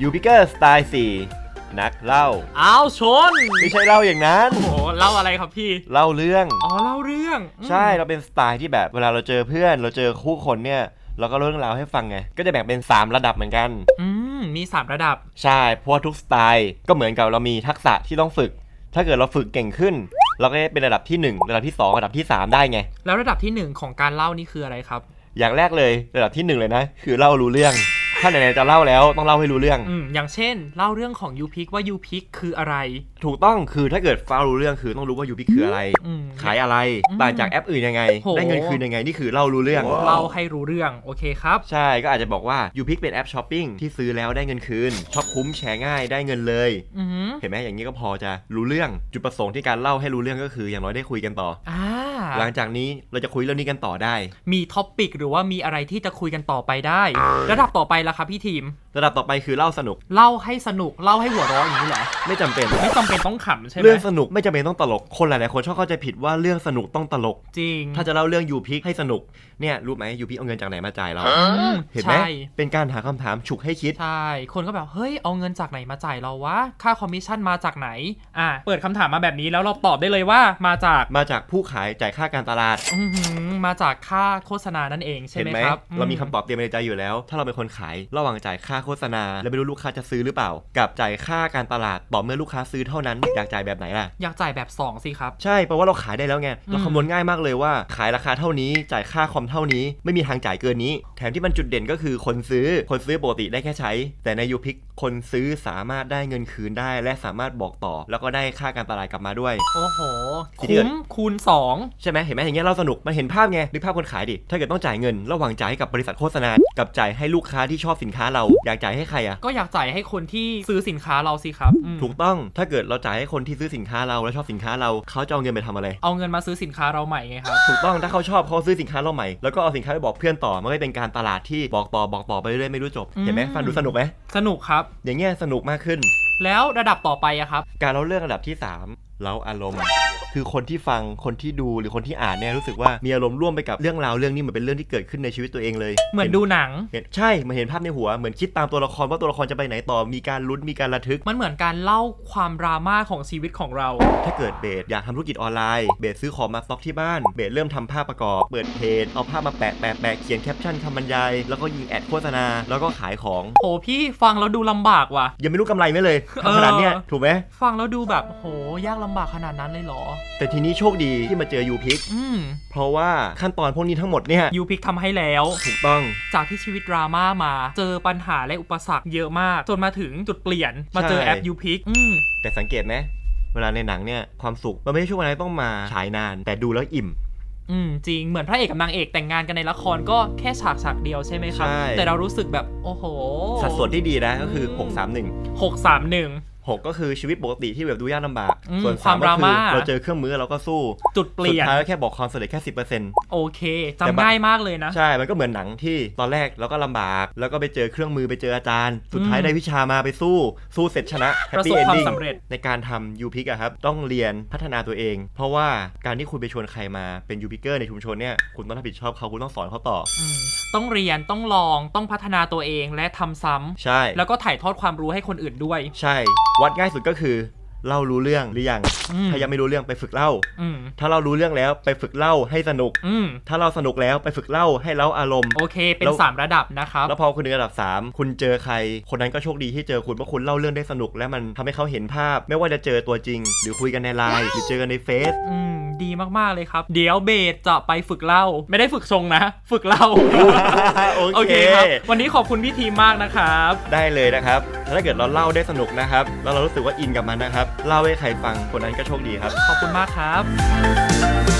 ยูพิเกอร์สไตล์4นักเล่า อ้าวชน ไม่ใช่เล่าอย่างนั้น โอ้โหเล่าอะไรครับพี่ เล่าเรื่อง อ๋อเล่าเรื่องอืม ใช่เราเป็นสไตล์ที่แบบเวลาเราเจอเพื่อนเราเจอคู่คนเนี่ยเราก็เล่าเรื่องราวให้ฟังไง ก็จะแบ่งเป็น 3 ระดับเหมือนกัน อืมมีสามระดับ ใช่เพราะว่าทุกสไตล์ก็เหมือนกับเรามีทักษะที่ต้องฝึก ถ้าเกิดเราฝึกเก่งขึ้น เราก็จะเป็นระดับที่ 1 ระดับที่ 2 ระดับที่ 3 ได้ไง แล้วระดับที่หนึ่งของการเล่านี่คืออะไรครับ อย่างแรกเลยระดับที่ 1 เลยนะ คือเล่ารู้เรื่อง ถ้าไหนๆจะเล่าแล้วต้องเล่าให้รู้เรื่อง อืมอย่างเช่น เล่าเรื่องของยูพิกว่ายูพิกคืออะไร ถูกต้องคือถ้าเกิดฟ้ารู้เรื่องคือต้องรู้ว่ายูพิกคืออะไร อืม ขายอะไรต่างจากแอปอื่นยังไง โห ได้เงินคืนยังไงนี่คือเล่ารู้เรื่อง เล่าให้รู้เรื่องโอเคครับ ใช่ก็อาจจะบอกว่ายูพิกเป็นแอปช้อปปิ้งที่ซื้อแล้วได้เงินคืนช็อปคุ้มแชร์ง่ายได้เงินเลย อืม เห็นไหมอย่างนี้ก็พอจะรู้เรื่องจุดประสงค์ที่การเล่าให้รู้เรื่องก็คืออย่างน้อยได้คุยกันต่อ อ่า หลังจากนี้เราจะคุยเรื่องนี้กันต่อได้ มีท็อปปิกหรือว่ามีอะไรที่จะคุยกันต่อไปได้ ระดับต่อไปละครับพี่ทีม ระดับต่อไปคือเล่าสนุก เล่าให้สนุกเล่าให้หัวเราะอย่างนี้เหรอ ไม่จำเป็น ไม่จำเป็นต้องขำใช่ไหม เรื่องสนุกไม่จำเป็นต้องตลกคนหลายๆคนชอบเข้าใจผิดว่าเรื่องสนุกต้องตลก จริง ถ้าจะเล่าเรื่องยูพิกให้สนุกเนี่ยรู้ไหมยูพิกเอาเงินจากไหนมาจ่ายเรา อืม เห็นไหม ใช่ เป็นการหาคำถามฉุกให้คิด ใช่คนก็แบบเฮ้ยเอาเงินจากไหนมาจ่ายเราวะค่าคอมมิชชั่นมาจากไหน อ่า เปิดคำถามมาแบบนี้แล้วเราตอบได้เลยว่ามาจาก มาจากผู้ขายจ่ายค่าการตลาด อื้อหือมาจากค่าโฆษณานั่นเองใช่ เห็น ไหม ไหม ครับ เรามีคำตอบเตรียมไว้ในใจอยู่แล้ว ถ้าเราเป็นคนขายระหว่างจ่ายค่าโฆษณา แล้วไม่รู้ลูกค้าจะซื้อหรือเปล่า กับจ่ายค่าการตลาดต่อเมื่อลูกค้าซื้อเท่านั้นอยากจ่ายแบบไหนล่ะ อยากจ่ายแบบสองสิครับ ใช่เพราะว่าเราขายได้แล้วไงเรา อืม คำนวณง่ายมากเลยว่าขายราคาเท่านี้จ่ายค่าคอมเท่านี้ ไม่มีทางจ่ายเกินนี้ แถมที่มันจุดเด่นก็คือคนซื้อ คนซื้อปกติได้แค่ใช้ แต่ในยูพิกคนซื้อสามารถได้เงินคืนได้ และสามารถบอกต่อ แล้วก็ได้ค่าการตลาดกลับมาด้วย โอ้โห ที่เดือดคุ้มคูณสอง ใช่ไหมเห็นไหมอย่างเงี้ยเราสนุกมันเห็นภาพไงนึกภาพคนขายดิถ้าเกิดต้องจ่ายเงิน ระหว่างจ่ายให้กับบริษัทโฆษณา กับจ่ายให้ลูกค้าที่ชอบสินค้าเราอยากจ่ายให้ใครอะ ก็อยากจ่ายให้คนที่ซื้อสินค้าเราสิครับอืม ถูกต้องถ้าเกิดเราจ่ายให้คนที่ซื้อสินค้าเราและชอบสินค้าเราเขาจะเอาเงินไปทำอะไร เอาเงินมาซื้อสินค้าเราใหม่ไงครับ ถูกต้องถ้าเขาชอบเขาซื้อสินค้าเราใหม่แล้วก็เอาสินค้าไปบอกเพื่อนต่อมันก็เป็นการตลาดที่บอกต่อบอกต่อไปเรื่อยๆไม่รู้จบ อืม เห็นไหมฟังดูสนุกไหม สนุกครับ อย่างเงี้ยสนุกมากขึ้น แล้วระดับต่อไปอะครับ การเล่าเรื่องระดับที่สามเล่าอารมณ์ คือคนที่ฟังคนที่ดูหรือคนที่อ่านเนี่ยรู้สึกว่ามีอารมณ์ร่วมไปกับเรื่องราวเรื่องนี้เหมือนเป็นเรื่องที่เกิดขึ้นในชีวิตตัวเองเลย เหมือนดูหนัง เห็นใช่เหมันเห็นภาพในหัวเหมือนคิดตามตัวละครว่าตัวละครจะไปไหนต่อมีการลุ้นมีการระทึก มันเหมือนการเล่าความดราม่าของชีวิตของเรา ถ้าเกิดเบสอยากทำธุรกิจออนไลน์เบสซื้อของมาสต็อกที่บ้านเบสเริ่มทำภาพประกอบ เปิดเพจเอาภาพมาแปะแปะแปะเขียนแคปชั่นคำบรรยาย แล้วก็ยิงแอดโฆษณา แล้วก็ขายของ โหพี่ฟังแล้วดูลำบากว่ะ ยังไม่รู้กำไรไหมเลย เออ ขนาดเนี้ยถูกไหม ฟังแล้วดูแบบโหยากลำบากขนาดนั้นเลยเหรอ แต่ทีนี้โชคดีที่มาเจอยูพิก อืม เพราะว่าขั้นตอนพวกนี้ทั้งหมดเนี่ย ยูพิกทำให้แล้ว ถูกต้อง จากที่ชีวิตดราม่ามา เจอปัญหาและอุปสรรคเยอะมาก จนมาถึงจุดเปลี่ยน มาเจอแอปยูพิกอืม แต่สังเกตไหมเวลาในหนังเนี่ยความสุขมันไม่ใช่ช่วงเวลาที่ต้องมาฉายนาน แต่ดูแล้วอิ่ม อืมจริงเหมือนพระเอกกับนางเอกแต่งงานกันในละครก็แค่ฉากฉากเดียวใช่ไหมครับ ใช่ แต่เรารู้สึกแบบโอ้โห สัดส่วนที่ดีนะก็คือ6 3 1 หกสามหนึ่ง 6 ก็คือชีวิตปกติที่แบบดูยากลำบาก อืม ส่วน ความ 3ก็ ดรา คือ ม่า เราเจอเครื่องมือเราก็สู้ จุดเปลี่ยน สุดท้ายก็แค่บอกความสำเร็จแค่สิบเปอร์เซ็นต์ โอเคจำได้มากเลยนะ ใช่ มันก็เหมือนหนังที่ตอนแรกเราก็ลำบาก แล้วก็ไปเจอเครื่องมือไปเจออาจารย์ สุดท้าย อืม ได้วิชามาไปสู้ สู้เสร็จชนะแฮป ประส ปี้ บ เอน ความ ดิ้ง สำเร็จ ในการทำยูพิกอะครับ ต้องเรียนพัฒนาตัวเอง เพราะว่าการที่คุณไปชวนใครมาเป็นยูพิเกอร์ในชุมชนเนี่ย คุณต้องรับผิดชอบเขาคุณต้องสอนเขาต่อ อืมต้องเรียนต้องลองต้องพัฒนาตัวเองและทำซ้ำ ใช่ แล้วก็ถ่ายทอดความรู้ให้คนอื่นด้วย ใช่ วัดง่ายสุดก็คือเล่ารู้เรื่องหรือยัง อืม ถ้ายังไม่รู้เรื่องไปฝึกเล่า อืม ถ้าเรารู้เรื่องแล้วไปฝึกเล่าให้สนุก อืม ถ้าเราสนุกแล้วไปฝึกเล่าให้เล่าอารมณ์ โอเค เป็น แล้ว 3 ระดับนะครับ แล้วพอคุณถึงระดับ 3 คุณเจอใคร คนนั้นก็โชคดีที่เจอคุณเพราะคุณเล่าเรื่องได้สนุก และมันทำให้เขาเห็นภาพ ไม่ว่าจะเจอตัวจริง หรือคุยกันในไลน์หรือเจอกันในเฟซ อืม ดีมากๆเลยครับ เดี๋ยวเบสจะไปฝึกเล่า ไม่ได้ฝึกชงนะ ฝึกเล่า โอเคครับ วันนี้ขอบคุณพี่ทีมมากนะครับ ได้เลยนะครับแล้วถ้าเกิดเราเล่าได้สนุกนะครับ แล้วเรารู้สึกว่าอินกับมันนะครับ เล่าให้ใครฟังคนนั้นก็โชคดีครับ ขอบคุณมากครับ